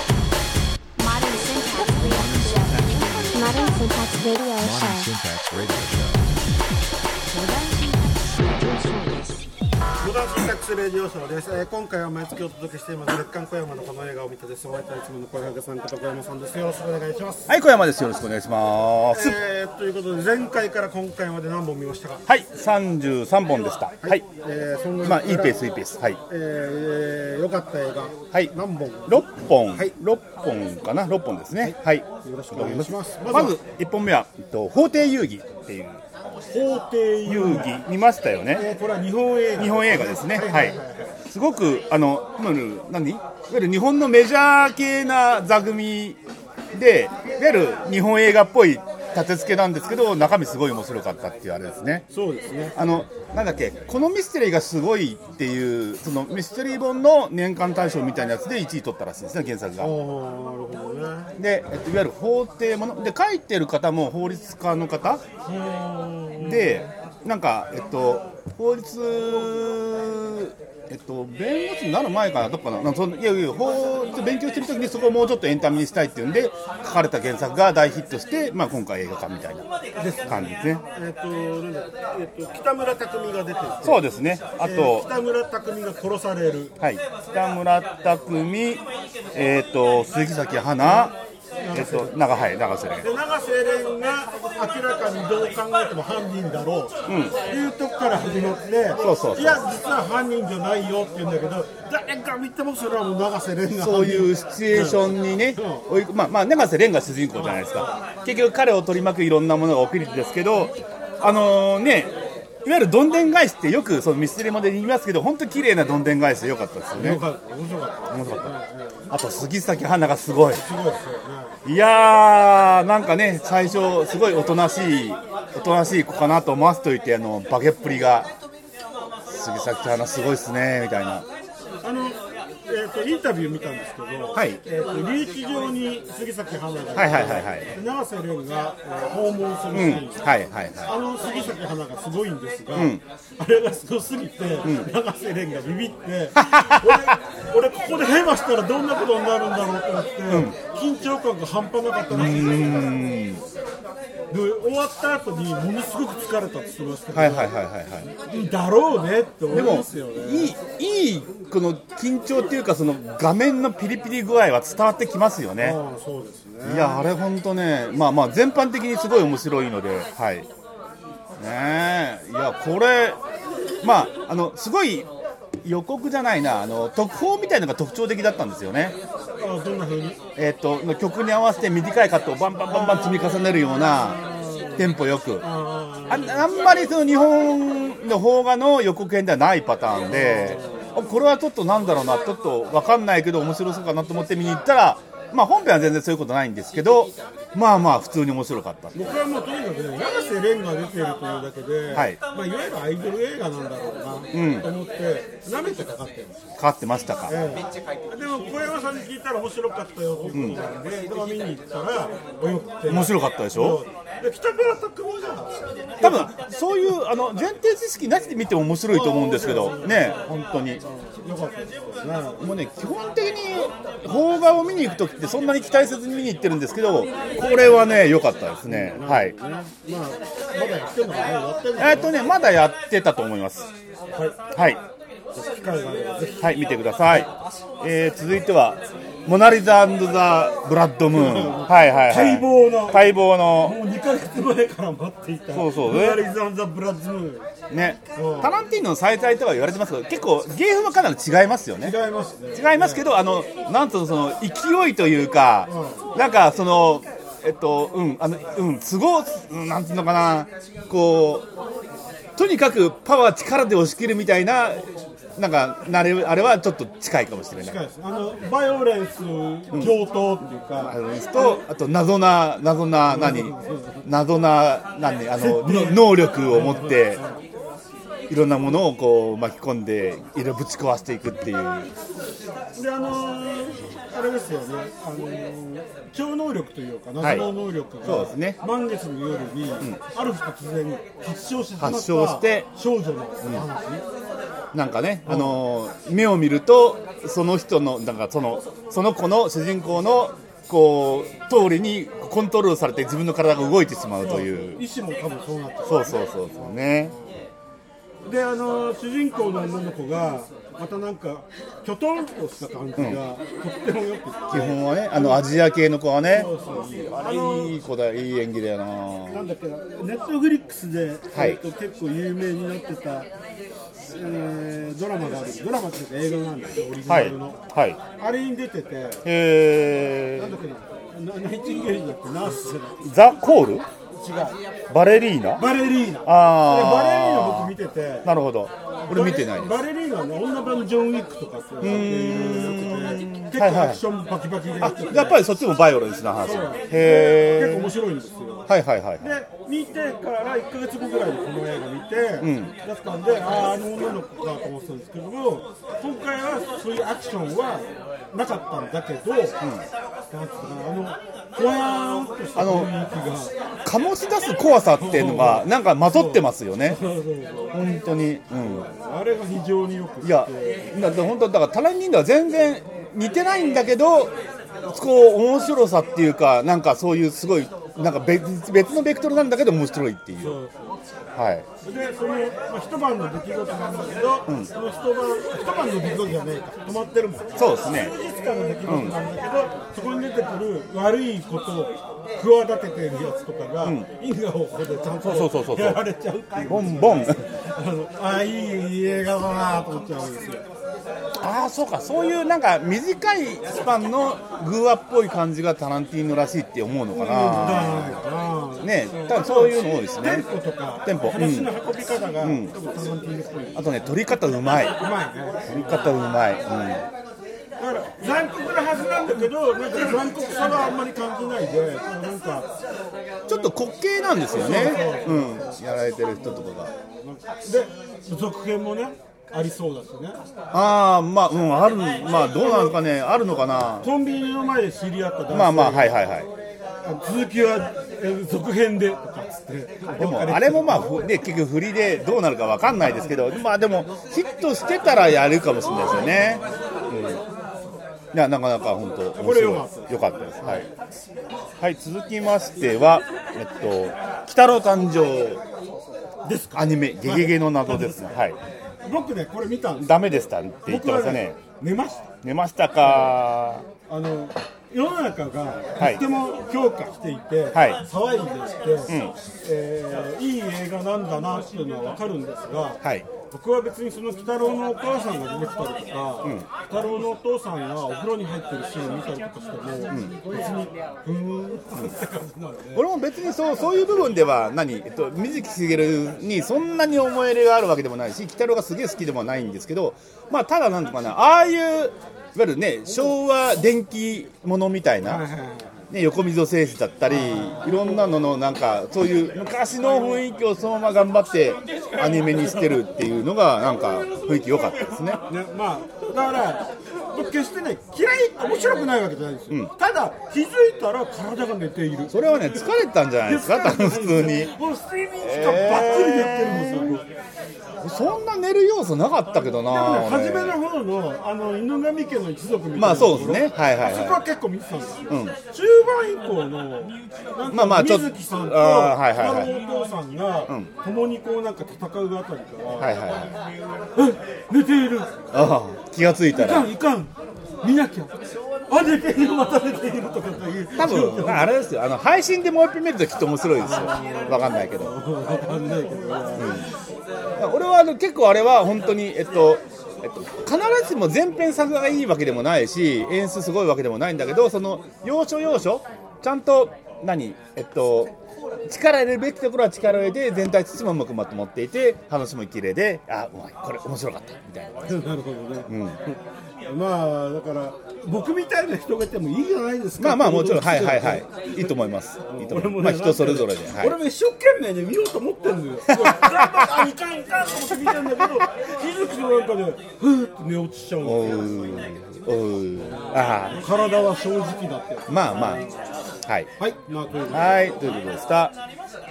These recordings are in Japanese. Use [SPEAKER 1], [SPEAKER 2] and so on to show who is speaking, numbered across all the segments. [SPEAKER 1] Modern Syntax Radio Show. Modern Syntax Radio
[SPEAKER 2] Modern
[SPEAKER 1] Show.
[SPEAKER 2] Syntax Radio Show.
[SPEAKER 3] モダンシンタックスレディオショーです、えー今回は毎月お届けしています月刊小山のこの映画を見たですお相手はいつもの小山さんこと小山さんですよろしくお願いします
[SPEAKER 4] はい、小山です。よろしくお願いします。
[SPEAKER 3] えー、ということで前回から今回まで何本見ましたか
[SPEAKER 4] はい、三十三本でした。はい、
[SPEAKER 3] えー、そんな
[SPEAKER 4] まあ、いいペース、いいペース。はい。
[SPEAKER 3] えー、良かった映画
[SPEAKER 4] はい
[SPEAKER 3] 何本
[SPEAKER 4] 六本
[SPEAKER 3] はい、
[SPEAKER 4] 六本かな、六本ですね。はい。
[SPEAKER 3] よろしくお願いします
[SPEAKER 4] まず一本目は、えっと、法廷遊戯っていう。
[SPEAKER 3] 法廷
[SPEAKER 4] 遊戯、見ましたよね。
[SPEAKER 3] えー、これは日本映画
[SPEAKER 4] 日本映画ですね。はい。すごく、あの、今の、何、いわゆる日本のメジャー系な座組。で、いわゆる日本映画っぽい立て付けなんですけど、中身すごい面白かったっていうあれですね。
[SPEAKER 3] そうですね
[SPEAKER 4] あのなんだっけこのミステリーがすごいっていうそのミステリー本の年間大賞みたいなやつで1位取ったらしいんですね原作
[SPEAKER 3] ああ
[SPEAKER 4] が。
[SPEAKER 3] なるほどね
[SPEAKER 4] で、えっと、いわゆる法廷もので書いてる方も法律家の方でなんか、えっと、法律、えっと、弁護士になる前かなどっかななんかそのいやいや法律勉強してる時にそこをもうちょっとエンタメにしたいっていうんで書かれた原作が大ヒットして、まあ、今回映画化みたいな感じですね。
[SPEAKER 3] えっ、となんだえっ、と北村匠海が出てる
[SPEAKER 4] そうですねあ
[SPEAKER 3] え
[SPEAKER 4] と
[SPEAKER 3] ー、北村匠海が殺される
[SPEAKER 4] はい、北村匠海、えー、と杉咲花、えー、と長はい長瀬廉
[SPEAKER 3] で永瀬廉が明らかにどう考えても犯人だろう、っていうとこから始まって
[SPEAKER 4] うそうそう
[SPEAKER 3] や実は犯人じゃないよって言うんだけど誰が見てもそれはもう永瀬廉が
[SPEAKER 4] そういうシ
[SPEAKER 3] 犯
[SPEAKER 4] チュエーションにね、追いまあまあ、永瀬廉が主人公じゃないですか、結局、彼を取り巻くいろんなものが起きるんですけど、あのね、いわゆるどんでん返しって、よくそのミステリーもで言いますけど、本当綺麗などんでん返しでよかったですよ
[SPEAKER 3] 人
[SPEAKER 4] ね、
[SPEAKER 3] が面白かっ
[SPEAKER 4] 面白かったあと杉咲花がすごい。
[SPEAKER 3] たすごいですよね
[SPEAKER 4] いやー、なんかね、最初、すごいおとなしい、おとなしい子かなと思わせといて、あのバケっぷりが、杉咲花、すごいっすねみたいな、
[SPEAKER 3] あのえー、とインタビュー見たんですけど、
[SPEAKER 4] はい
[SPEAKER 3] えー、とリーチ上に杉咲花が、
[SPEAKER 4] はいはいはいはい、
[SPEAKER 3] で永瀬廉が、えー訪問するシ
[SPEAKER 4] うん、
[SPEAKER 3] ーン、
[SPEAKER 4] はいはいは
[SPEAKER 3] あの杉咲花がすごいんですが、
[SPEAKER 4] ん
[SPEAKER 3] あれがすごすぎて、永瀬廉がビビって俺、俺ここでヘマしたらどんなことになるんだろうと思って、緊張感が半端なかったらしいんですよで終わった後にものすごく疲れたって言ってましたけ
[SPEAKER 4] い、
[SPEAKER 3] ど、
[SPEAKER 4] はいはいはいはいはい。
[SPEAKER 3] だろうねって思
[SPEAKER 4] で
[SPEAKER 3] いま
[SPEAKER 4] も
[SPEAKER 3] すよね。
[SPEAKER 4] いいいいこの緊張っていうかその画面のピリピリ具合は伝わってきますよね。
[SPEAKER 3] ああそうですね
[SPEAKER 4] いやあれ本当ねまあまあ全般的にすごい面白いのではいねえいやこれまああのすごい予告じゃないなあの特報みたいなのが特徴的だったんですよね。
[SPEAKER 3] ああどんな風に
[SPEAKER 4] えっ、との曲に合わせて短いカットをバンバンバンバン積み重ねるようなテンポよく。
[SPEAKER 3] あ
[SPEAKER 4] ああんまりその日本の邦画の予告編ではないパターンで、あこれはちょっとなんだろうな、ちょっとわかんないけど、面白そうかなと思って見に行ったら、まあ、本編は全然そういうことないんですけど、まあまあ、普通に面白かった。
[SPEAKER 3] 僕はもうとにかくね永瀬廉が出てるというだけで、
[SPEAKER 4] はい
[SPEAKER 3] まあ、いわゆるアイドル映画なんだろうな、と思って舐めてかかってるんですよ
[SPEAKER 4] かかってましたか。
[SPEAKER 3] でも小山さんに聞いたら面白かったよっていうことなんで、だから見に行ったら泳くて
[SPEAKER 4] 面白かったでしょ
[SPEAKER 3] で北村匠海が
[SPEAKER 4] 多分そういうあの前提知識なしで見ても面白いと思うんですけど、ね、本当に。
[SPEAKER 3] 良かったですよね
[SPEAKER 4] もうね、基本的に邦画を見に行くときって、そんなに期待せずに見に行ってるんですけど、これはね、良かったですね。はい
[SPEAKER 3] まあまだやってんのかな終わってんのかな
[SPEAKER 4] えっ、とね、まだやってたと思います。はい。
[SPEAKER 3] 機会があればぜひ
[SPEAKER 4] はい、見てください。えー、続いては、モナリザザ・ブラッドムーン。はいはいはい。
[SPEAKER 3] 待望の
[SPEAKER 4] 待望の。
[SPEAKER 3] もう2ヶ月前から待っていた
[SPEAKER 4] そうそう
[SPEAKER 3] メアリーズ・アンザ・ブラッズム
[SPEAKER 4] ね
[SPEAKER 3] うん。
[SPEAKER 4] タランティーノの再来とは言われてますけど、結構、芸風はかなり違いますよね。
[SPEAKER 3] ーン違いますね
[SPEAKER 4] 違いますけど、あの、なんとその、勢いというか、なんかその、えっと、うん、あの、うん、すご、うんなんていうのかな、こう、とにかくパワー力で押し切るみたいな、なんか、なれ、あれはちょっと近いかもしれない
[SPEAKER 3] 近。いですあのバイオレンス共闘っていう
[SPEAKER 4] あ
[SPEAKER 3] か、
[SPEAKER 4] のとあと謎な謎な何謎な何あのの能力を持っていろんなものをこう巻き込んでいろいろぶち壊していくっていう
[SPEAKER 3] であのーあれですよね、あのー超能力というか
[SPEAKER 4] はい
[SPEAKER 3] 謎の能力が、
[SPEAKER 4] そうですね
[SPEAKER 3] 満月の夜に、ある日突然発症してしまった
[SPEAKER 4] 発症して
[SPEAKER 3] 少女の話、
[SPEAKER 4] なんかね、あのー目を見るとその人のなんかそのその子の主人公のこう通りにコントロールされて自分の体が動いてしまうという
[SPEAKER 3] 医師も多分そうなって
[SPEAKER 4] そうそうそうそうね
[SPEAKER 3] るであのー主人公の女の子がまたなんかきょとんとした感じが、とってもよく
[SPEAKER 4] 基
[SPEAKER 3] て
[SPEAKER 4] 本はねあのアジア系の子はね
[SPEAKER 3] そうそう
[SPEAKER 4] あれいい子だいい演技だよな
[SPEAKER 3] なんだっけな、ネットフリックスで、
[SPEAKER 4] はい
[SPEAKER 3] えっと結構有名になってた、えードラマがある、ドラマっていうか映画なんだけど、オリジナ
[SPEAKER 4] はい
[SPEAKER 3] ルの、
[SPEAKER 4] はい
[SPEAKER 3] あれに出てて、
[SPEAKER 4] え
[SPEAKER 3] なんだっけな、ナナイチンゲールだってナース
[SPEAKER 4] ー、ザ・コール
[SPEAKER 3] じゃない、違う、
[SPEAKER 4] バレリーナ
[SPEAKER 3] バレリーナ、
[SPEAKER 4] あー
[SPEAKER 3] あれバレリーナ僕見てて、
[SPEAKER 4] なるほど俺見てないです
[SPEAKER 3] バレリーナはね、女版ジョン・ウィックとかっていうのが結
[SPEAKER 4] はいは
[SPEAKER 3] 構
[SPEAKER 4] い
[SPEAKER 3] アクションバキバキでや
[SPEAKER 4] あ
[SPEAKER 3] ってて、
[SPEAKER 4] やっぱりそっちもバイオレンスな話
[SPEAKER 3] 結構
[SPEAKER 4] へえ
[SPEAKER 3] 面白いんですよ。
[SPEAKER 4] はいはいはいはい
[SPEAKER 3] で見てから1ヶ月後ぐらいにこの映画見て、だったんであああの女の子かと思ってたんですけども今回はそういうアクションはなかったんだけど、なんつうのかなあのほわーんとした雰囲気が
[SPEAKER 4] 醸し出す怖さっていうのがなんかまとってますよね
[SPEAKER 3] そうそうそう
[SPEAKER 4] 本当に、うん、
[SPEAKER 3] あれが非常によくて
[SPEAKER 4] いやだって本当だからタランティーノは全然似てないんだけどこう面白さっていうかなんかそういうすごいなんか別別のベクトルなんだけど面白いっていう
[SPEAKER 3] そうそう
[SPEAKER 4] はい
[SPEAKER 3] でその、まあ、一晩の出来事なんだけど、その一晩一晩の出来事じゃねえか止まってるもん
[SPEAKER 4] そうですね
[SPEAKER 3] 数日間の出来事なんだけど、そこに出てくる悪いことを企ててるやつとかが、因果をここでちゃん
[SPEAKER 4] そうそうそうそ
[SPEAKER 3] と
[SPEAKER 4] う
[SPEAKER 3] やられちゃうっていう
[SPEAKER 4] ボンボン
[SPEAKER 3] あのあいいいい映画だなと思っちゃうんですよ
[SPEAKER 4] ああそうかそういうなんか短いスパンのグーアっぽい感じがタランティーノらしいって思うのかな
[SPEAKER 3] あ
[SPEAKER 4] ね多分そういうの多いです
[SPEAKER 3] テ
[SPEAKER 4] ね
[SPEAKER 3] ンポとか
[SPEAKER 4] テンポうん
[SPEAKER 3] 話の運び方が、多分タランティーノっぽい。う
[SPEAKER 4] あとね撮り方うまい
[SPEAKER 3] まいね。
[SPEAKER 4] 撮り方うまい、うん、
[SPEAKER 3] だから残酷なはずなんだけど、なんか残酷さはあんまり感じないで、なんか
[SPEAKER 4] ちょっと滑稽なんですよね、うん、やられてる人とかが
[SPEAKER 3] で続編もねありそうだしね
[SPEAKER 4] ああまあうんあるまあどうなのかねあるのかな
[SPEAKER 3] コンビニの前で知り合った男性
[SPEAKER 4] まあまあはいはいはい
[SPEAKER 3] 続きはえー続編でとかっつって
[SPEAKER 4] でもあれもまあふで結局振りでどうなるかわかんないですけどまあでもヒットしてたらやるかもしれないですよね、うん、いやなかなか本当
[SPEAKER 3] こ
[SPEAKER 4] 面
[SPEAKER 3] れ
[SPEAKER 4] 白い
[SPEAKER 3] 良
[SPEAKER 4] よ
[SPEAKER 3] か
[SPEAKER 4] か
[SPEAKER 3] っ
[SPEAKER 4] ったですはい、はい、続きましてはえっと「鬼太郎誕生」
[SPEAKER 3] ですか
[SPEAKER 4] アニメ「ゲゲゲの謎」ですはい
[SPEAKER 3] 僕ねこれ見たんです
[SPEAKER 4] ダメでしたって言ってましたね
[SPEAKER 3] 寝ました
[SPEAKER 4] 寝ましたか
[SPEAKER 3] あの世の中が
[SPEAKER 4] はい
[SPEAKER 3] とても評価していて、
[SPEAKER 4] はい
[SPEAKER 3] 騒いでして、えーいい映画なんだなっていうのは分かるんですが、
[SPEAKER 4] はい
[SPEAKER 3] 僕は別にその鬼太郎のお母さんが出てきたりとか、鬼太郎のお父さんがお風呂に入ってるシーンを見たりとかしても、別にふーんって感じなんで。
[SPEAKER 4] 俺も別にそうそういう部分では何、えっと、水木しげるにそんなに思い入れがあるわけでもないし鬼太郎がすげえ好きでもないんですけど、まあ、ただなんとかなああいういわゆるね昭和電気ものみたいな、ね、横溝製紙だったりいろんなののなんかそういう昔の雰囲気をそのまま頑張ってアニメにしてるっていうのがなんか雰囲気良かったですね。
[SPEAKER 3] ね、まあだから僕決してね嫌い面白くないわけじゃないんですよ、ただ気づいたら体が寝ている
[SPEAKER 4] それはね疲れたんじゃないですか多分普通に
[SPEAKER 3] もう睡眠時間ばっつりでやってるんですよ、僕
[SPEAKER 4] そんな寝る要素なかったけどな
[SPEAKER 3] でもね
[SPEAKER 4] 俺
[SPEAKER 3] 初めの方のあの犬神家の一族みたいな
[SPEAKER 4] まあそうですねはいはいはい
[SPEAKER 3] あそこは結構見てたんですよ、
[SPEAKER 4] うん
[SPEAKER 3] 中盤以降のなん
[SPEAKER 4] まあま
[SPEAKER 3] か
[SPEAKER 4] あちょっと
[SPEAKER 3] 水木さんと
[SPEAKER 4] あーはいはいはい
[SPEAKER 3] 太郎お父さんが、
[SPEAKER 4] ん
[SPEAKER 3] 共にこうなんか戦うあたりから、
[SPEAKER 4] はいはいはい
[SPEAKER 3] え寝ている
[SPEAKER 4] ああ気がついた
[SPEAKER 3] いからんいかん見なきゃあ寝ているまた寝ているとかという
[SPEAKER 4] 多分まああれですよあの配信でもう一遍見るときっと面白いですよわかんないけど
[SPEAKER 3] わかんないけどね、
[SPEAKER 4] 俺はあの結構あれは本当にえっとえっと、必ずしも全編作画がいいわけでもないし演出すごいわけでもないんだけどその要所要所ちゃんと何えっと力入れるべきところは力を入れて全体としてもうまくまとまっていて話も綺麗であうまいこれ面白かったみたいな
[SPEAKER 3] なるほどね、まあだから僕みたいな人がいてもいいじゃないですか
[SPEAKER 4] まあまあもちろん
[SPEAKER 3] って
[SPEAKER 4] は
[SPEAKER 3] う
[SPEAKER 4] い
[SPEAKER 3] こと
[SPEAKER 4] は
[SPEAKER 3] で
[SPEAKER 4] い
[SPEAKER 3] すよ
[SPEAKER 4] はいいいと思いますいいと思
[SPEAKER 3] 俺
[SPEAKER 4] い
[SPEAKER 3] も
[SPEAKER 4] ま
[SPEAKER 3] ね
[SPEAKER 4] すまあ人それぞれではい
[SPEAKER 3] 俺も一生懸命ね見ようと思ってるんだようわあいかんいかんと思って見てんだけどひずきのなんかでふーって寝落ちしちゃう
[SPEAKER 4] お
[SPEAKER 3] の
[SPEAKER 4] ーおーあ
[SPEAKER 3] 体は正直だって
[SPEAKER 4] あまあまあはい
[SPEAKER 3] はいまあこういうことで
[SPEAKER 4] はいということでした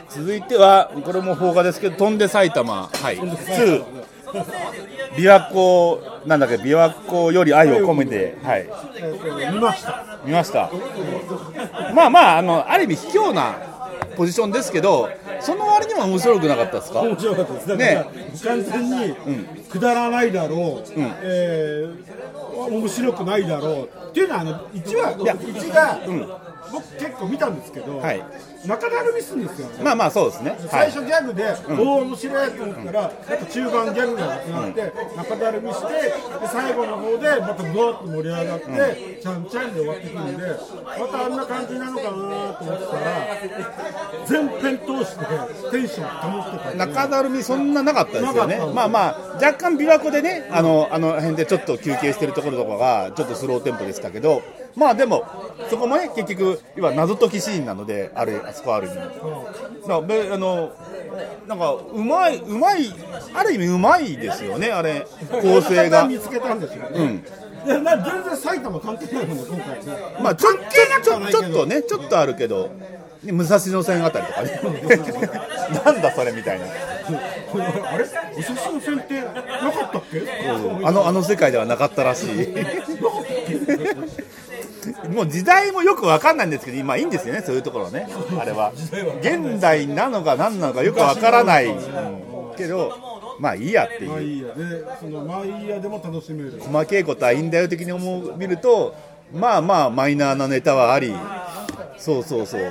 [SPEAKER 4] 続いてはこれも邦画ですけど「飛んで埼玉」はい2琵琶湖なんだっけ琵琶湖より愛を込めてはい
[SPEAKER 3] えーと見ました
[SPEAKER 4] 見ましたまあまああのある意味卑怯なポジションですけどその割には面白くなかったですか
[SPEAKER 3] 面白かったですだから、完全にくだらないだろう、えー面白くないだろうっていうのはあの1話1が、僕結構見たんですけど、
[SPEAKER 4] はい
[SPEAKER 3] 中だるみするんですよ
[SPEAKER 4] まあまあそうですねは
[SPEAKER 3] 最
[SPEAKER 4] い
[SPEAKER 3] 初ギャグで、おお面白いと思ったら、なんか中盤ギャグがなくなって、中だるみしてで最後の方でまたブワーッと盛り上がって、ちゃんちゃんで終わってくるんでまたあんな感じなのかなと思ってたら全編通してテンション保ってたんで
[SPEAKER 4] 中だるみそんななかったですよね
[SPEAKER 3] なかった
[SPEAKER 4] まあまあ若干琵琶湖でねあのあの辺でちょっと休憩してるところとかがちょっとスローテンポでしたけどまあでもそこもね結局要は謎解きシーンなのであれあそこある意味だからべあのなんかうまいうまいある意味うまいですよねあれ構成
[SPEAKER 3] 中田
[SPEAKER 4] が
[SPEAKER 3] 見つけたんですよね、でな全然埼玉関係ないもんね今回ね
[SPEAKER 4] まあちょちょ
[SPEAKER 3] な
[SPEAKER 4] ち
[SPEAKER 3] い
[SPEAKER 4] ょ
[SPEAKER 3] けど
[SPEAKER 4] ちょっとねちょっとあるけど、ね、武蔵野線あたりとか ね なんだそれみたいな
[SPEAKER 3] あれお写真戦ってなかったっけ
[SPEAKER 4] あのあの世界ではなかったらしいもう時代もよくわかんないんですけど今いいんですよねそういうところねあれは現代なのか何なのかよくわからない、うんけどまあいいやっていう
[SPEAKER 3] まあいいやでそのまあいいやでも楽しめる
[SPEAKER 4] 細けいことはいいんだよ的に思う見るとまあまあマイナーなネタはありそうそうそう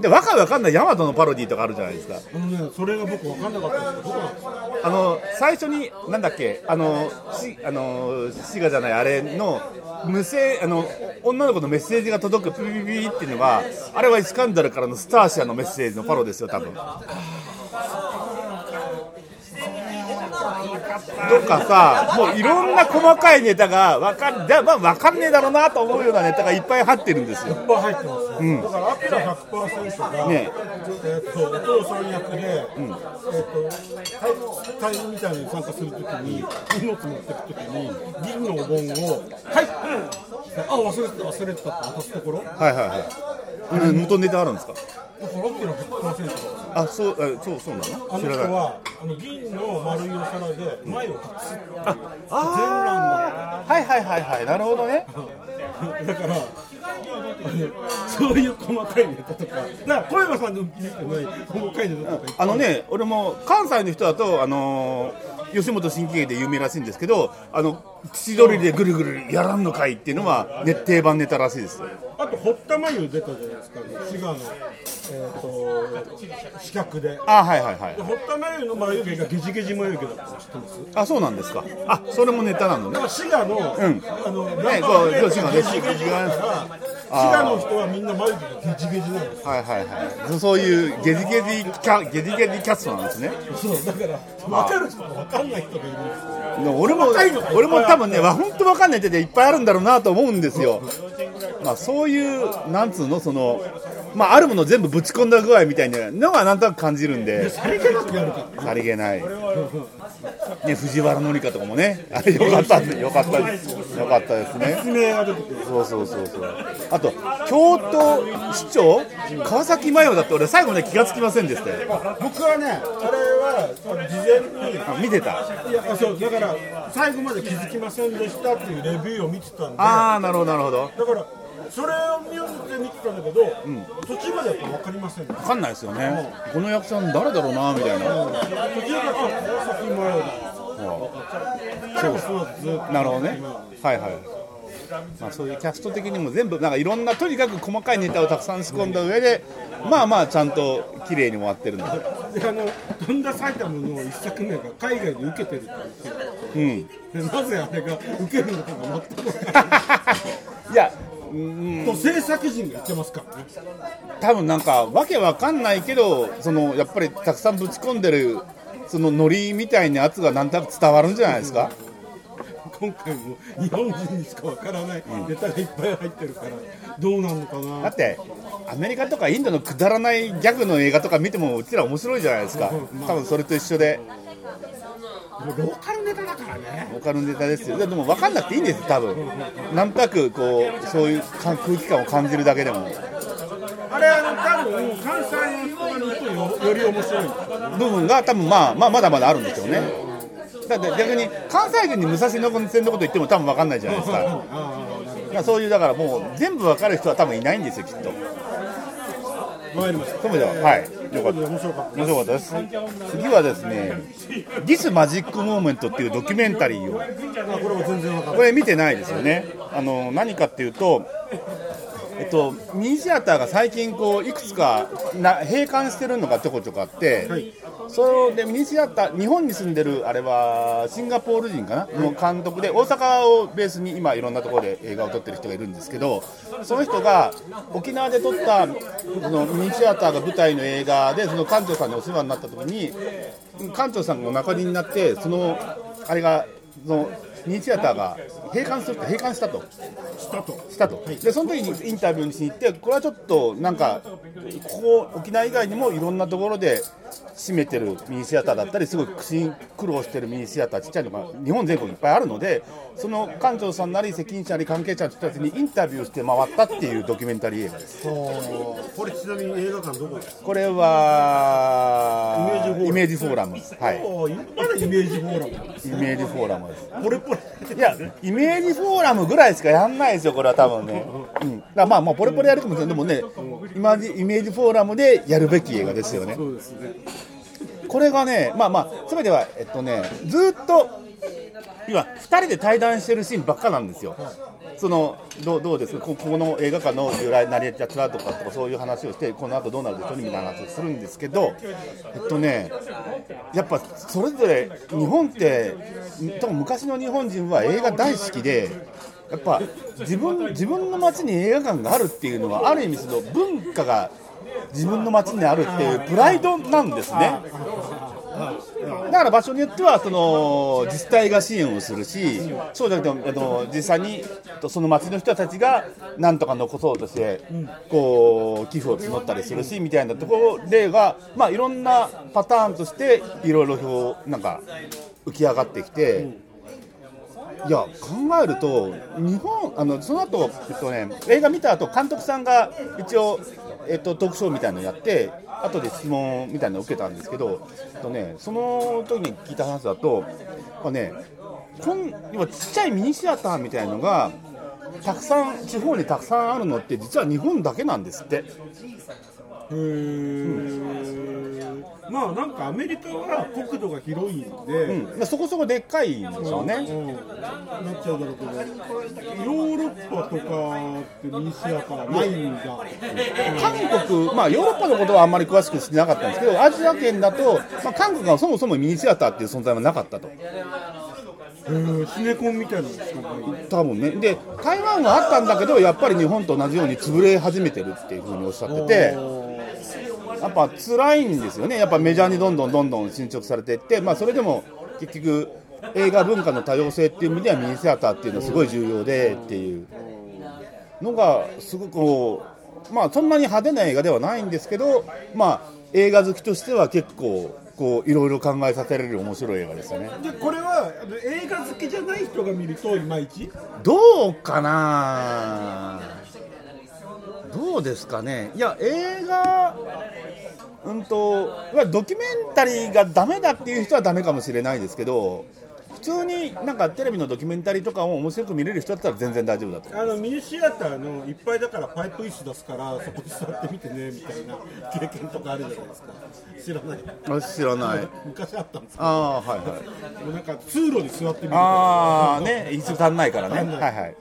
[SPEAKER 4] でわかるわかんないヤマトのパロディーとかあるじゃないですか
[SPEAKER 3] あのねそれが僕分かんなかったんですよどこなんですか
[SPEAKER 4] あの最初になんだっけあのしあのシガじゃないあれの無声あの女の子のメッセージが届くピピピピっていうのがあれはイスカンダルからのスターシアのメッセージのパロですよ多分とかさもういろんな細かいネタがわかんだ、まあ、わかんねえだろうなと思うようなネタがいっぱい入ってるんですよ
[SPEAKER 3] いっぱい入ってます、ねだからアキラ100%が、
[SPEAKER 4] ね
[SPEAKER 3] えっとお父さん役で、えっと隊員みたいに参加するときに荷物持ってくときに銀のお盆を「はい!」あ忘れてた忘れてた」って渡すところだか
[SPEAKER 4] はいはいはい、うん、元ネタあるんですから
[SPEAKER 3] アキラ100%が
[SPEAKER 4] あそうあそうそうな
[SPEAKER 3] あ
[SPEAKER 4] の知
[SPEAKER 3] の人
[SPEAKER 4] らない
[SPEAKER 3] はあの銀の丸いお皿で前を隠すっていう全乱の
[SPEAKER 4] あーはいはいはいはいなるほどね
[SPEAKER 3] だから、あのそういう細かいネタとか、なんか小山さんの見てない細かいネタとか、
[SPEAKER 4] あのね、俺も関西の人だと、あのー吉本新喜劇で有名らしいんですけど、あの、千鳥でぐるぐるやらんのかいっていうのは、ね、定番ネタらしいです。
[SPEAKER 3] あと堀田真由出たじゃないですか、滋賀の、えー、と四角で。
[SPEAKER 4] あ、はいはいはい
[SPEAKER 3] で。堀田真由の眉毛がゲジゲジ眉毛だったの知ってます
[SPEAKER 4] あ、そうなんですか。あ、それもネタなの
[SPEAKER 3] だ
[SPEAKER 4] ね。
[SPEAKER 3] から滋賀の、
[SPEAKER 4] ん
[SPEAKER 3] あのナン
[SPEAKER 4] ね
[SPEAKER 3] バープレート
[SPEAKER 4] そう滋賀
[SPEAKER 3] が
[SPEAKER 4] ね
[SPEAKER 3] ゲジゲジだから滋賀の人はみんな眉毛がゲジゲジなんです
[SPEAKER 4] はいはいはい。そうそういうゲジゲジキャ、ゲジゲジキャストなんですね。
[SPEAKER 3] そうだから分かる人と分かんない人がいるんですよ
[SPEAKER 4] でも俺も
[SPEAKER 3] 細かいのがいっぱいある
[SPEAKER 4] 俺も多分ねわ本当わかんない手でいっぱいあるんだろうなと思うんですよ。まあそういうなんつうのそのまああるもの全部ぶち込んだ具合みたいなのはなんとなく感じるんで。
[SPEAKER 3] さりげなくやるから
[SPEAKER 4] さりげない。ね藤原紀香とかもねあれよかったねよかったですよかったですね。
[SPEAKER 3] 説明が出てくる
[SPEAKER 4] そうそうそうそう。あと京都市長川崎麻世だって俺最後ね気がつきませんでしたよ。
[SPEAKER 3] 僕はねあれはその事前に
[SPEAKER 4] あ見てた。
[SPEAKER 3] いやそうだから最後まで気づきませんでしたっていうレビューを見てたんでだか
[SPEAKER 4] ああなるほどなるほど。
[SPEAKER 3] らそれを見ようって見てたんだけど、途中までやっぱ分かりませんね
[SPEAKER 4] わかんないですよね。この役者誰だろうなみたいな。
[SPEAKER 3] 途中からあ先もらうだ彼もそうだずっと
[SPEAKER 4] なるほどね。はいはい。まあ、そういうキャスト的にも全部なんかいろんなとにかく細かいネタをたくさん仕込んだ上でまあまあちゃんと綺麗に終わってるので
[SPEAKER 3] であの飛んだ埼玉の一作目が海外で受けてるって言って、うん、でなぜあれが受けるのかが全く分からない
[SPEAKER 4] いや
[SPEAKER 3] と制作陣が言ってますからね
[SPEAKER 4] 多分なんかわけわかんないけどそのやっぱりたくさんぶち込んでるそのノリみたいなやつがなんとなく伝わるんじゃないですか
[SPEAKER 3] 今回も日本人にしかわからないネタがいっぱい入ってるからどうなの
[SPEAKER 4] だ
[SPEAKER 3] かな
[SPEAKER 4] ってアメリカとかインドのくだらないギャグの映画とか見てもうちら面白いじゃないですか多分それと一緒で
[SPEAKER 3] もうローカルネタだからね
[SPEAKER 4] オカルネタですよでも分かんなくていいんですよ多分なんとなくこうそういうか空気感を感じるだけでも
[SPEAKER 3] あれあの多分関西の人が見るとよより面白いんだ
[SPEAKER 4] 部
[SPEAKER 3] よ
[SPEAKER 4] 分が多分まあまあまだまだあるんでしょうねだって逆に関西人に武蔵野線のこと言っても多分分かんないじゃないですかだからそういうだからもう全部分かる人は多分いないんですよきっと
[SPEAKER 3] 参りました
[SPEAKER 4] そういう意味でははいよかった
[SPEAKER 3] 面白かった
[SPEAKER 4] 面白かったです次はですね「This Magic Moment」っていうドキュメンタリーを
[SPEAKER 3] あこれも全然わかんない
[SPEAKER 4] これ見てないですよねあの何かっていうとえっと、ミニシアターが最近こういくつかな閉館してるのがちょこちょこあって、
[SPEAKER 3] はい
[SPEAKER 4] それでミニシアター日本に住んでるあれはシンガポール人かな、の監督で大阪をベースに今いろんなところで映画を撮ってる人がいるんですけどその人が沖縄で撮ったそのミニシアターが舞台の映画でその館長さんにお世話になった時に館長さんがお亡くなりになってそのあれがそのミニシアターが閉館すると閉館したと。
[SPEAKER 3] したと
[SPEAKER 4] したと、でその時にインタビューにしに行って、これはちょっとなんか、ここ、沖縄以外にもいろんなところで閉めてるミニシアターだったり、すごい苦心苦労してるミニシアター、ちっちゃいのが日本全国にいっぱいあるので、その館長さんなり、責任者なり、関係者の人たちにインタビューして回ったっていうドキュメンタリー映画です。
[SPEAKER 3] これちなみに映画館どこですか
[SPEAKER 4] これは、
[SPEAKER 3] イ
[SPEAKER 4] イメ
[SPEAKER 3] メー
[SPEAKER 4] ー
[SPEAKER 3] ジ
[SPEAKER 4] ジ
[SPEAKER 3] フ
[SPEAKER 4] フォー
[SPEAKER 3] ォーラ
[SPEAKER 4] ラ
[SPEAKER 3] ム
[SPEAKER 4] ム
[SPEAKER 3] です
[SPEAKER 4] はい、
[SPEAKER 3] おーまだイメージフォーラ
[SPEAKER 4] イ
[SPEAKER 3] ム
[SPEAKER 4] メージフォーラムです。
[SPEAKER 3] ポレポレ
[SPEAKER 4] いや、イメージフォーラムぐらいしかやんないですよ、これは多分ね。うん、だからまあ、まあ、ポレポレやるかもしれない、でもね、今じイメージフォーラムでやるべき映画ですよね。
[SPEAKER 3] そうですね
[SPEAKER 4] これがね、まあまあ、すべては、えっとね、ずーっと、今、2人で対談してるシーンばっかなんですよ。そのどうどうですかここの映画館の由来成り立ちだとかとかそういう話をしてこの後どうなるでしょうねみたいな話をするんですけどえっとねやっぱそれぞれ日本って多分昔の日本人は映画大好きでやっぱ自分自分の街に映画館があるっていうのはある意味その文化が自分の街にあるっていうプライドなんですね。だから場所によってはその自治体が支援をするし、そうじゃなくてあの実際にその町の人たちがなんとか残そうとしてこう寄付を募ったりするしみたいなところ例がまあいろんなパターンとしていろいろ表なんか浮き上がってきて。いや考えると日本あのその後、えっとね映画見た後監督さんが一応、えっと、トークショーみたいなのやって後で質問みたいなのを受けたんですけど、えっとね、その時に聞いた話だと、まあね、こん今ちっちゃいミニシアターみたいのがたくさん地方にたくさんあるのって実は日本だけなんですって。
[SPEAKER 3] へーまあなんかアメリカは国土が広いんで、
[SPEAKER 4] うん、まあそこそこでっかいんでしょうね、
[SPEAKER 3] うん、なっちゃうだろうけど、ヨーロッパとかってミニシアターないんだ、
[SPEAKER 4] 韓国、まあ、ヨーロッパのことはあんまり詳しく知ってなかったんですけど、アジア圏だと、まあ、韓国はそもそもミニシアターっていう存在はなかったと、
[SPEAKER 3] うん、シネコンみたいなのですかね、
[SPEAKER 4] 多分ね、で、台湾はあったんだけど、やっぱり日本と同じように潰れ始めてるっていうふうにおっしゃってて、やっぱ辛いんですよね、やっぱメジャーにどんどんどんどん進捗されていって、まあ、それでも結局、映画文化の多様性っていう意味ではミニシアターっていうのはすごい重要でっていうのがすごくこうまあそんなに派手な映画ではないんですけどまあ映画好きとしては結構こういろいろ考えさせられる面白い映画ですよね
[SPEAKER 3] でこれはあの映画好きじゃない人が見るといまいち、
[SPEAKER 4] どうかなどうですかねいや映画うんといやドキュメンタリーがダメだっていう人はダメかもしれないですけど普通になんかテレビのドキュメンタリーとかを面白く見れる人だったら全然大丈夫だと
[SPEAKER 3] あのミニシアターのいっぱいだからパイプ椅子出すから、そこに座ってみてねみたいな経験とかあるじゃないですか、知らない、
[SPEAKER 4] あ知らない
[SPEAKER 3] 昔あったんですけ
[SPEAKER 4] ああーはいはい
[SPEAKER 3] ど、もうなんか通路に座ってみると
[SPEAKER 4] ああね一応足んないからね
[SPEAKER 3] 足んない
[SPEAKER 4] はいはい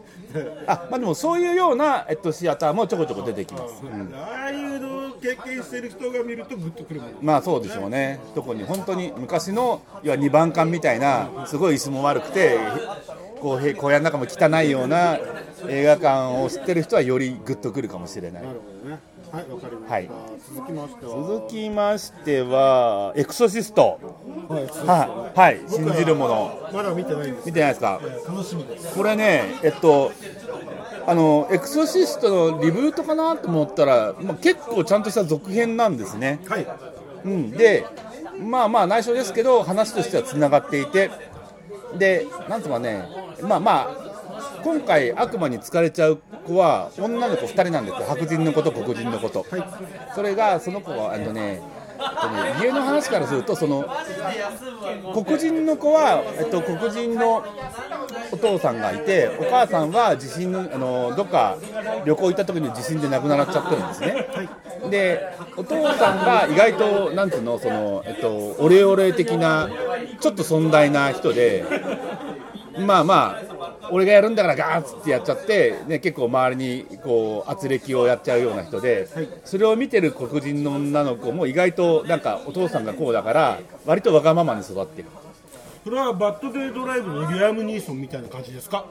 [SPEAKER 4] あまあでもそういうような、えっと、シアターもちょこちょこ出てきます、うん
[SPEAKER 3] ああいうのを経験してる人が見るとグッとくるもの
[SPEAKER 4] まあそうでしょうね特に本当に昔の要は2番館みたいなすごい椅子も悪くてこうへ小屋の中も汚いような映画館を知ってる人はよりグッとくるかもしれない
[SPEAKER 3] なるほどねはいわかりました、
[SPEAKER 4] はい
[SPEAKER 3] 続きましては
[SPEAKER 4] 続きましては「エクソシスト
[SPEAKER 3] はい」続き
[SPEAKER 4] はい、はい、
[SPEAKER 3] 僕
[SPEAKER 4] 信
[SPEAKER 3] は
[SPEAKER 4] じるもの
[SPEAKER 3] まだ見てないんです
[SPEAKER 4] 見てないですか
[SPEAKER 3] えー楽しみです
[SPEAKER 4] これねえっとあのエクソシストのリブートかなと思ったら、まあ、結構ちゃんとした続編なんですね
[SPEAKER 3] はい
[SPEAKER 4] うん、でまあまあ内緒ですけど話としてはつながっていてでなんとかねまあまあ今回悪魔に疲れちゃう子は女の子2人なんですよ白人の子と黒人の子と、それがその子はあのねえっとね家の話からするとその黒人の子は、えっと、黒人のお父さんがいてお母さんは地震のあのどっか旅行行った時に地震で亡くなっちゃってるんですね、でお父さんが意外となんつうのその、えっと、オレオレ的なちょっと尊大な人でまあまあ俺がやるんだからガーッつってやっちゃって、ね、結構周りにこう圧力をやっちゃうような人で、それを見てる黒人の女の子も意外となんかお父さんがこうだから割とわがままに育ってる
[SPEAKER 3] これはバッドデイドライブのリアム・ニーソンみたいな感じですか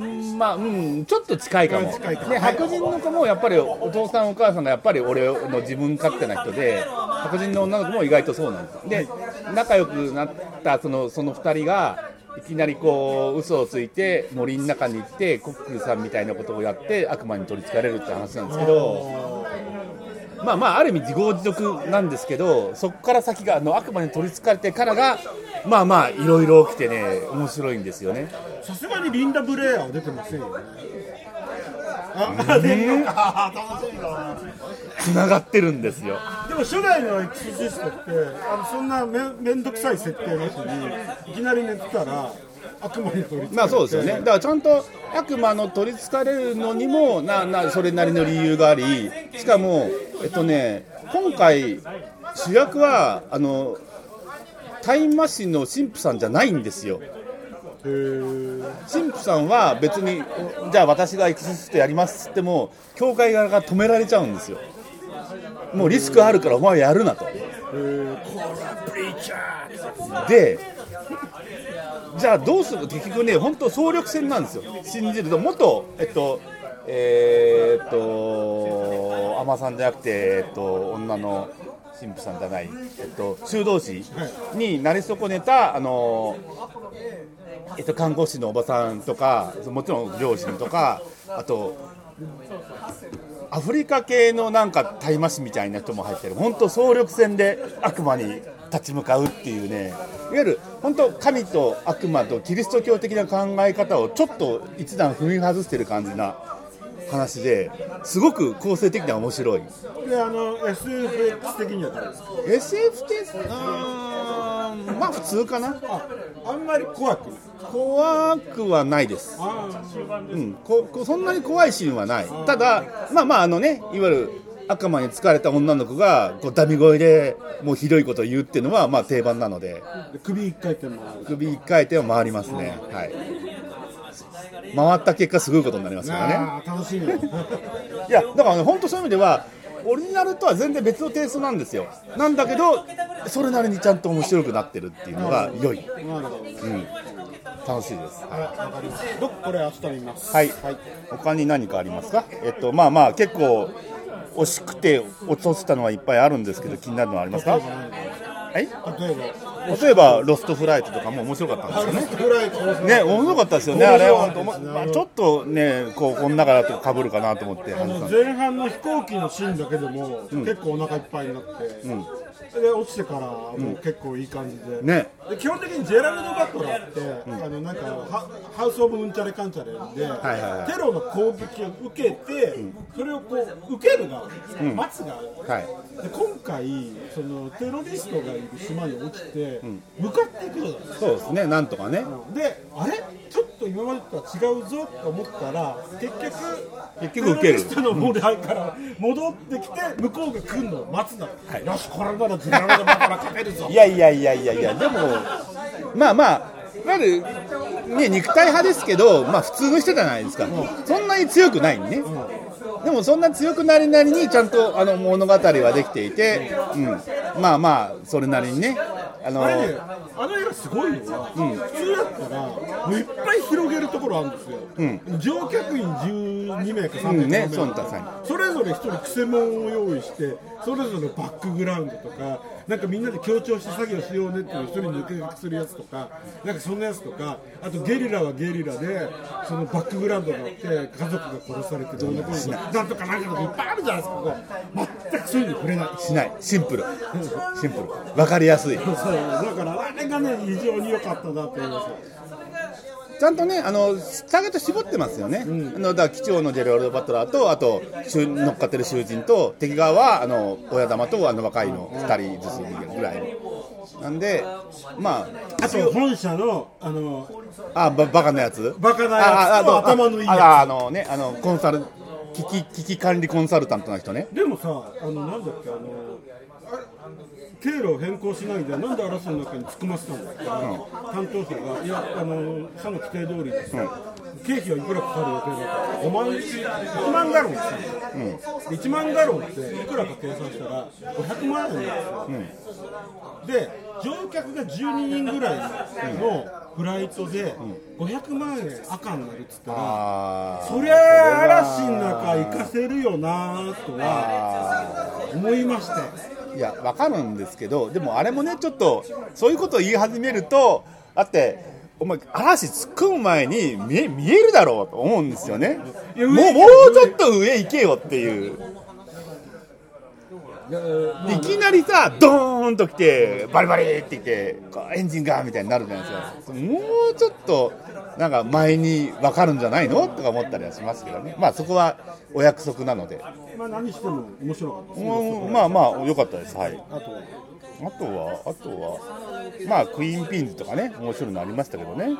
[SPEAKER 4] うんまあうんちょっと近いかも
[SPEAKER 3] 近いかも
[SPEAKER 4] で白人の子もやっぱりお父さんお母さんがやっぱり俺の自分勝手な人で白人の女の子も意外とそうなんですで仲良くなったそのその2人がいきなりこう嘘をついて森の中に行ってコックルさんみたいなことをやって悪魔に取りつかれるって話なんですけどまあまあある意味自業自得なんですけどそこから先があの悪魔に取りつかれてからがまあまあいろいろ起きてね面白いんですよね。
[SPEAKER 3] さすがにリンダ・ブレアは出てませんよねあ、出るのか楽しみだな
[SPEAKER 4] 繋がってるんですよ。
[SPEAKER 3] でも初代のエクソシストってあのそんなめめんどくさい設定なしにいきなり寝てたら悪魔に取りつかれて
[SPEAKER 4] まあそうですよね。だからちゃんと悪魔の取りつかれるのにもななそれなりの理由があり、しかもえっとね今回主役はあのタイムマシンの神父さんじゃないんですよ。
[SPEAKER 3] へー
[SPEAKER 4] 神父さんは別にじゃあ私がエクソシストやりますって言っても教会側が止められちゃうんですよ。もうリスクあるからお前やるなと。
[SPEAKER 3] へーコーラ・ブリーチャー
[SPEAKER 4] でじゃあどうする結局ね本当総力戦なんですよ信じると元えっとえーっと海女さんじゃなくて、えっと、女の神父さんじゃない、えっと、修道士になり損ねたあのえっと、看護師のおばさんとかもちろん両親とかあとアフリカ系のなんかタイマシみたいな人も入ってる本当総力戦で悪魔に立ち向かうっていうねいわゆる本当神と悪魔とキリスト教的な考え方をちょっと一段踏み外してる感じな話ですごく構成的には面白い
[SPEAKER 3] であの SFX 的にはどうですか
[SPEAKER 4] SF ってうーんまあ普通かな
[SPEAKER 3] ああんまり怖くない
[SPEAKER 4] 怖くはないです
[SPEAKER 3] あー
[SPEAKER 4] うん、ここそんなに怖いシーンはない、ただ、まあまあ、あのね、いわゆる悪魔に疲れた女の子がこうダミ声でもうひどいことを言うっていうのはまあ定番なので、
[SPEAKER 3] で首一回転もらう
[SPEAKER 4] 首一回転は回りますね、はい、回った結果、すごいことになりますからね。
[SPEAKER 3] あー楽しみだ
[SPEAKER 4] いやだからね、本当そういう意味では、オリジナルとは全然別のテイストなんですよ、なんだけど、それなりにちゃんと面白くなってるっていうのが良い、
[SPEAKER 3] なるほど
[SPEAKER 4] うん、楽しいです。はい
[SPEAKER 3] わかりました僕これ明日見ます
[SPEAKER 4] はい、
[SPEAKER 3] はい
[SPEAKER 4] 他に何かありますか、えっと、まあまあ、結構惜しくて落としたのはいっぱいあるんですけど、気になるのはありますか、はい、
[SPEAKER 3] 例えば
[SPEAKER 4] 例えば、ロストフライトとかも面白かったんです
[SPEAKER 3] あ
[SPEAKER 4] よ
[SPEAKER 3] のぐらい怖い
[SPEAKER 4] ね、面白かったですよね、あれ、本当、まま
[SPEAKER 3] 面白かった
[SPEAKER 4] あ
[SPEAKER 3] ですね
[SPEAKER 4] ちょっとね、こう、この中だとかぶるかなと思って
[SPEAKER 3] あ
[SPEAKER 4] 話した
[SPEAKER 3] の
[SPEAKER 4] んで
[SPEAKER 3] 前半の飛行機のシーンだけでも、結構お腹いっぱいになって、で落ちてからもう結構いい感じで,、
[SPEAKER 4] ね
[SPEAKER 3] で基本的にジェラルド・バトラーって、あのなんかハハウス・オブ・うんちゃれかんちゃれで、
[SPEAKER 4] いはいはい
[SPEAKER 3] テロの攻撃を受けて、それをこう受ける側、待つ側、
[SPEAKER 4] す、はい、
[SPEAKER 3] で今回そのテロリストがいる島に落ちて、向かっていくじゃないですか
[SPEAKER 4] そうですね、なんとかね、
[SPEAKER 3] であれちょっと今までとは違うぞと思ったら結局
[SPEAKER 4] 結局受ける
[SPEAKER 3] テロリストの問題から戻ってきて向こうが来るのを待つな、よしこれならゼラルドバから勝てるぞ
[SPEAKER 4] いやいやいやいやいや、でも、まあまあ、いわゆる、ね、肉体派ですけど、まあ、普通の人じゃないですか、そんなに強くないんね、でもそんな強くなりなりに、ちゃんとあの物語はできていて、うん、まあまあ、それなりにね、あの
[SPEAKER 3] あれねあの色がすごいのは、普通やったらもういっぱい広げるところあるんですよ、乗客員12名か3名か
[SPEAKER 4] うんね
[SPEAKER 3] 4名
[SPEAKER 4] そうだそうだ
[SPEAKER 3] それぞれ1人くせもんを用意してそれぞれバックグラウンドとかなんかみんなで協調して作業しようねっていうのを1人抜け駆けするやつとかなんかそんなやつとかあとゲリラはゲリラでそのバックグラウンドがあって家族が殺されてどうのこうのなんとかなんかとかいっぱいあるじゃないですか全くそういうの触れない
[SPEAKER 4] しないシンプルシンプル分かりやすい
[SPEAKER 3] そうだからあれがね非常に良かったなと思いました
[SPEAKER 4] ちゃんとね、あのターゲット絞ってますよね、あのだから機長のジェラルド・バトラーと、あと囚乗っかってる囚人と、敵側はあの親玉とあの若いの2人ずつぐらいの、なんで、まあ、
[SPEAKER 3] あと本社のあの
[SPEAKER 4] あばバカなやつ、
[SPEAKER 3] バカなやつと
[SPEAKER 4] あああ
[SPEAKER 3] 頭のいいやつ
[SPEAKER 4] あああのね、あのコンサル危機、危機管理コンサルタントの人ね、
[SPEAKER 3] でもさあのなんだっけあのあれ経路を変更しないでなんで争いの中に突っ込ませたんだって、担当者がいやあの社の規定通りです、経費はいくらかかる予定だから5万1万ガロンですよ、1万ガロンっていくらか計算したら500万円なんですよ、で乗客が12人ぐらいのフライトで500万円赤になるっつったら、
[SPEAKER 4] あー
[SPEAKER 3] そりゃあ嵐の中行かせるよなとは思いましたよ
[SPEAKER 4] いや、わかるんですけど、でもあれもね、ちょっと、そういうことを言い始めると、だって、お前、嵐突っ込む前に見え見えるだろうと思うんですよね。
[SPEAKER 3] いや
[SPEAKER 4] もう、
[SPEAKER 3] 上
[SPEAKER 4] もうちょっと上行けよっていう。いきなりさ、ドーンと来て、バリバリって来て、こうエンジンがみたいになるじゃないですか。もうちょっと、なんか前に分かるんじゃないのとか思ったりはしますけどね。まあそこはお約束なので。
[SPEAKER 3] まあ何しても面白かったです
[SPEAKER 4] もうまあまあ、良かったです。はい。
[SPEAKER 3] あと
[SPEAKER 4] あとは、あとは、まあ、クイーンピンズとかね、面白いのありましたけどね。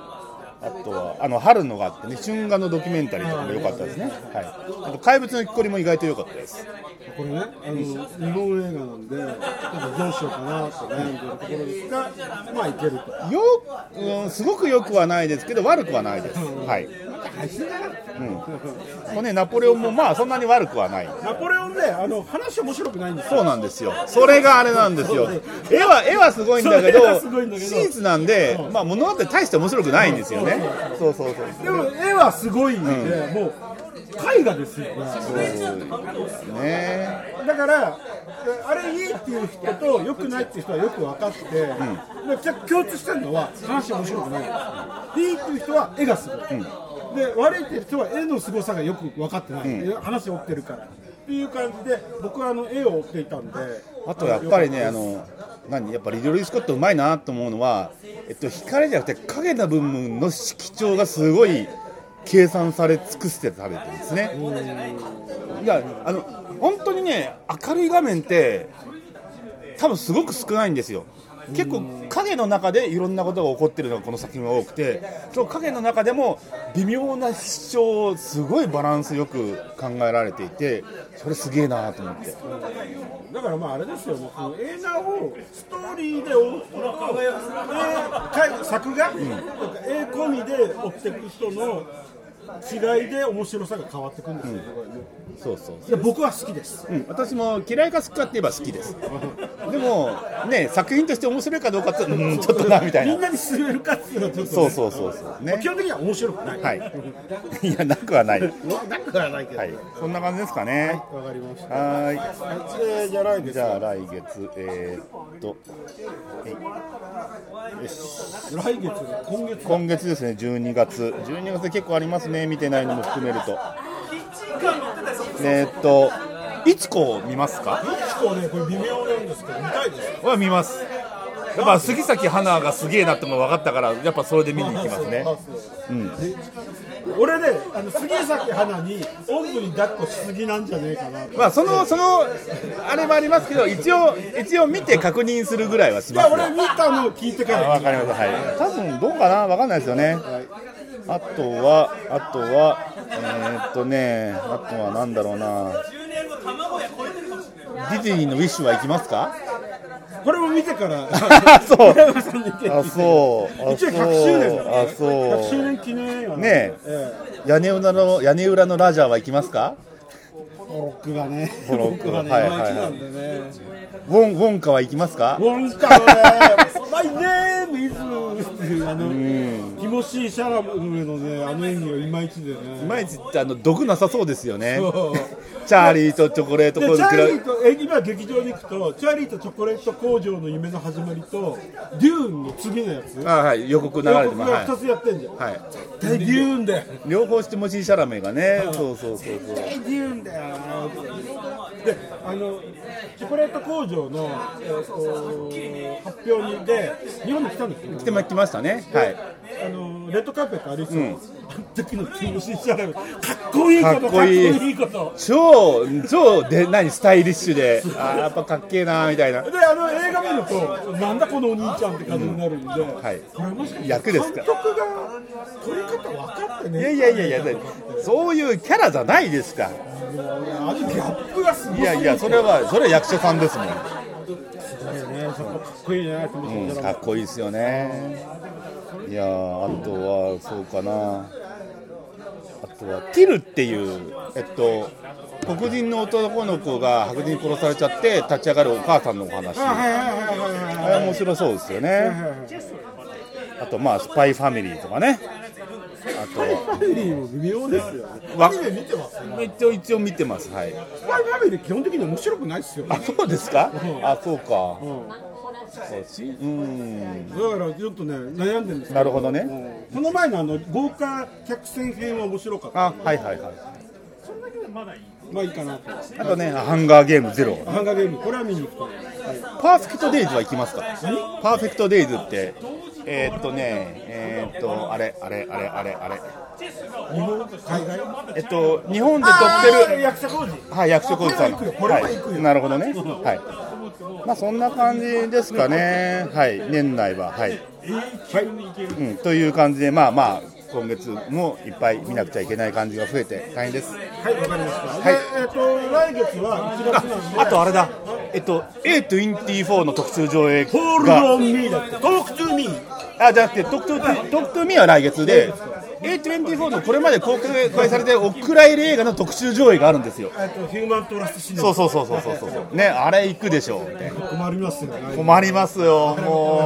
[SPEAKER 4] あとは、あの、春のがあってね、春画のドキュメンタリーとかも良かったですね。はい。あと、怪物の木こりも意外と良かったです。
[SPEAKER 3] これねあの日本映画なんでちょっとどうしようかなと悩んでるところですがまあいけると
[SPEAKER 4] よ、うん、すごく良くはないですけど、悪くはないです。はい。
[SPEAKER 3] 配信だな
[SPEAKER 4] これね、ナポレオンもまあ、そんなに悪くはない。
[SPEAKER 3] ナポレオンねあの話面白くないんですよ
[SPEAKER 4] そうなんですよ。それがあれなんですよ。絵は、絵はすごいんだけ
[SPEAKER 3] それは
[SPEAKER 4] ど、
[SPEAKER 3] すごいんだけど
[SPEAKER 4] シーツなんで、まあ、物語大して面白くないんですよね。そうそうそう。
[SPEAKER 3] でも絵はすごいんで、もう絵画ですよね
[SPEAKER 4] ね
[SPEAKER 3] だからえあれいいっていう人と良くないっていう人はよく分かって、で結構共通してるのは話面白くないいいっていう人は絵がすごい、で悪いっていう人は絵の凄さがよく分かってない、話を追ってるからっていう感じで僕はあの絵を追っていたんで
[SPEAKER 4] あとやっぱりね、
[SPEAKER 3] よ
[SPEAKER 4] あの何やっぱりリドリー・スコットうまいなと思うのは、えっと、光じゃなくて影の部分の色調がすごい計算され尽くして食べてるんですね。いやあの本当にね明るい画面って多分すごく少ないんですよ。結構影の中でいろんなことが起こってるのがこの作品は多くてその影の中でも微妙な主張をすごいバランスよく考えられていてそれすげえなと思って。
[SPEAKER 3] だからまああれですよね、その映画をストーリーで追う人と、えーか作画、とか絵込みで追っていく人の違いで面白さが変わってくるんですよ、これね
[SPEAKER 4] そうそう
[SPEAKER 3] いや僕は好きです。
[SPEAKER 4] うん、私も嫌いか好きかって言えば好きです。でも、ね、作品として面白いかどうかって、うん、ちょっとなみたい
[SPEAKER 3] みん
[SPEAKER 4] な。
[SPEAKER 3] なに勧めるかっていうのはちょっとね、
[SPEAKER 4] そうそうそうそう、ね
[SPEAKER 3] 基。本的には面白くない。
[SPEAKER 4] はい。いや、なくはない。は
[SPEAKER 3] なくはないけど。わ、
[SPEAKER 4] い、そんな感じですかね。
[SPEAKER 3] かりました。
[SPEAKER 4] は
[SPEAKER 3] はい、えーじゃあ来
[SPEAKER 4] ーい。
[SPEAKER 3] 月
[SPEAKER 4] じゃあ、来月、えー、っと。はいよし。
[SPEAKER 3] 来月だ今月だ
[SPEAKER 4] 今月ですね、12月、12月結構ありますね、見てないのも含めると。えー、っと、いちこを見ますか。
[SPEAKER 3] 結構ねこれ微妙なんですけど見たいです。
[SPEAKER 4] は見ますやっぱ杉咲花がすげえなってのが分かったからやっぱそれで見に行きますね
[SPEAKER 3] あそうで俺ねあの杉咲花におんぶに抱っこしすぎなんじゃねえかなと。
[SPEAKER 4] まあそのそのあれもありますけど一応一応見て確認するぐらいはし
[SPEAKER 3] い
[SPEAKER 4] ます
[SPEAKER 3] や
[SPEAKER 4] よ
[SPEAKER 3] 俺見たのを聞いてから。
[SPEAKER 4] わかりますはい多分どうかな分かんないですよねあとはあとはえーっとねあとはなんだろうなディズニーのウィッシュは行きますか
[SPEAKER 3] これも見てから。
[SPEAKER 4] そう
[SPEAKER 3] 村山さんに聞いて
[SPEAKER 4] あそうあ
[SPEAKER 3] 一応100周年だから、ね、
[SPEAKER 4] そうあ
[SPEAKER 3] 100
[SPEAKER 4] そ
[SPEAKER 3] 周
[SPEAKER 4] う
[SPEAKER 3] 年記念映画なんで
[SPEAKER 4] ね
[SPEAKER 3] え
[SPEAKER 4] 屋根裏の屋根裏のラジャーは行きますか
[SPEAKER 2] ホロックがね、
[SPEAKER 4] ホロック
[SPEAKER 2] がね、
[SPEAKER 4] はい
[SPEAKER 2] い
[SPEAKER 4] はいは
[SPEAKER 2] ま
[SPEAKER 4] い
[SPEAKER 2] いちなんでね。
[SPEAKER 4] ウォンウォンカは行きますか
[SPEAKER 3] ンカはね、マイネームイズっていう、あの、ティモシー・シャラムルのね、あの演技がいまいちで
[SPEAKER 4] い
[SPEAKER 3] ね。
[SPEAKER 4] まいちあの毒なさそうですよね
[SPEAKER 3] そう
[SPEAKER 4] チャーリーとチョコレート
[SPEAKER 3] で、
[SPEAKER 4] コー
[SPEAKER 3] チ
[SPEAKER 4] ズ
[SPEAKER 3] ャ
[SPEAKER 4] クラ
[SPEAKER 3] ーリーと、え、今劇場に行くと、チャーリーとチョコレート工場の夢の始まりと、デューンの次のやつ。
[SPEAKER 4] あはい予告流れてます、
[SPEAKER 3] が2
[SPEAKER 4] は
[SPEAKER 3] つやってんじゃん。
[SPEAKER 4] いはい、
[SPEAKER 3] 大デューンだよ。
[SPEAKER 4] 両方してもシーシャラメがねそうそうそうそう
[SPEAKER 3] 大デューンだよ。で、あの、チョコレート工場の、えーと発表にで、日本に来たんですよ。
[SPEAKER 4] 来てま来ましたねはい
[SPEAKER 3] あのレッドカーペット歩いてたの、あの時のティム・シンシャラルかっこいいこと
[SPEAKER 4] かっ
[SPEAKER 3] かっ
[SPEAKER 4] こ
[SPEAKER 3] こ
[SPEAKER 4] い
[SPEAKER 3] い
[SPEAKER 4] い
[SPEAKER 3] いこと
[SPEAKER 4] 超超で何スタイリッシュであーやっぱかっけえなーみたいな
[SPEAKER 3] であの映画見るとなんだこのお兄ちゃんって感じになるんで、
[SPEAKER 4] はい
[SPEAKER 3] これもしかして
[SPEAKER 4] 役ですか
[SPEAKER 3] 監督が撮り方分かってね
[SPEAKER 4] いやいやいやいやだそういうキャラじゃないですか
[SPEAKER 3] あのギャップがすごい
[SPEAKER 4] いやいやそれはそれは役者さんですもん、う
[SPEAKER 3] ねそこかっこいいねティム・シン
[SPEAKER 4] ん、
[SPEAKER 3] シャ
[SPEAKER 4] か
[SPEAKER 3] ラ
[SPEAKER 4] っこいいですよねいやーあとはそうかなあとはティルっていうえっと黒人の男の子が白人に殺されちゃって立ち上がるお母さんのお話あれ面白そうですよねあとまあスパイファミリーとかねあとは
[SPEAKER 3] ルファミリーも微妙ですよね
[SPEAKER 4] わ
[SPEAKER 3] アニメ見てますス
[SPEAKER 4] 一応一応見てますはい
[SPEAKER 3] パイファミリー基本的に面白くないっすよね
[SPEAKER 4] あそうですかあそうか
[SPEAKER 3] だからちょっとね悩んでるんです
[SPEAKER 4] なるほどね
[SPEAKER 3] この前のあの豪華客船編は面白かった
[SPEAKER 4] あはいはいはい
[SPEAKER 3] まあいいかなと
[SPEAKER 4] あとねハンガーゲームゼロ
[SPEAKER 3] ハンガーゲーム、これは見に行くと思います。
[SPEAKER 4] パーフェクトデイズは行きますかパーフェクトデイズってえーっとねえーっとあれあれあれあれあれ
[SPEAKER 3] 日本、海外。
[SPEAKER 4] えっと日本で撮ってる
[SPEAKER 3] 役者工事。
[SPEAKER 4] はい役所広司さん
[SPEAKER 3] これは行くよこれは行くよ
[SPEAKER 4] はいなるほど ねはいまあそんな感じですかねはい年内ははい
[SPEAKER 3] はい。
[SPEAKER 4] うん、という感じで、まあまあ、今月もいっぱい見なくちゃいけない感じが増えて大変です。
[SPEAKER 3] はい、わかりました。
[SPEAKER 4] はい
[SPEAKER 3] でえっ、と、来月は1月なんで。
[SPEAKER 4] あとあれだ、えっと、A24 の特集上映
[SPEAKER 3] ホール
[SPEAKER 4] が、
[SPEAKER 3] ドンミーだって。トークトゥーミー。
[SPEAKER 4] あじゃなくて、特集特集見は来月で、A24 のこれまで公開されてるお蔵入り映画の特集上映があるんですよ。
[SPEAKER 3] えっ、と、ヒューマントラストシネマ。
[SPEAKER 4] そうそうそうそうそうそう、ね、あれ行くでしょうみたいな。
[SPEAKER 3] 困りますよね。
[SPEAKER 4] 困りますよ、も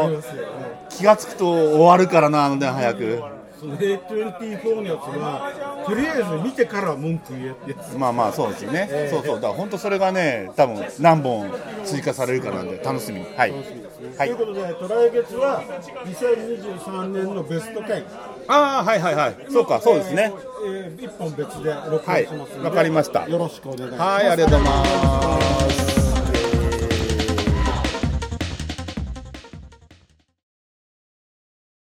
[SPEAKER 3] 困りま
[SPEAKER 4] う
[SPEAKER 3] すよね。
[SPEAKER 4] 気がつくと終わるからな、みたいな早く。
[SPEAKER 3] その A24 のやつは、とりあえず見てから文句言えってやつ。
[SPEAKER 4] まあまあそうですよね、そうそうだから本当それがね多分何本追加されるかなんで楽しみにはいはい
[SPEAKER 3] ということで、えっと、来月は2023年のベスト10。
[SPEAKER 4] ああはいはいはいそうかそうですね
[SPEAKER 3] えー。一本別で録音しますので、
[SPEAKER 4] はいわかりました
[SPEAKER 3] よろしくお願いします。
[SPEAKER 4] はいありがとうございます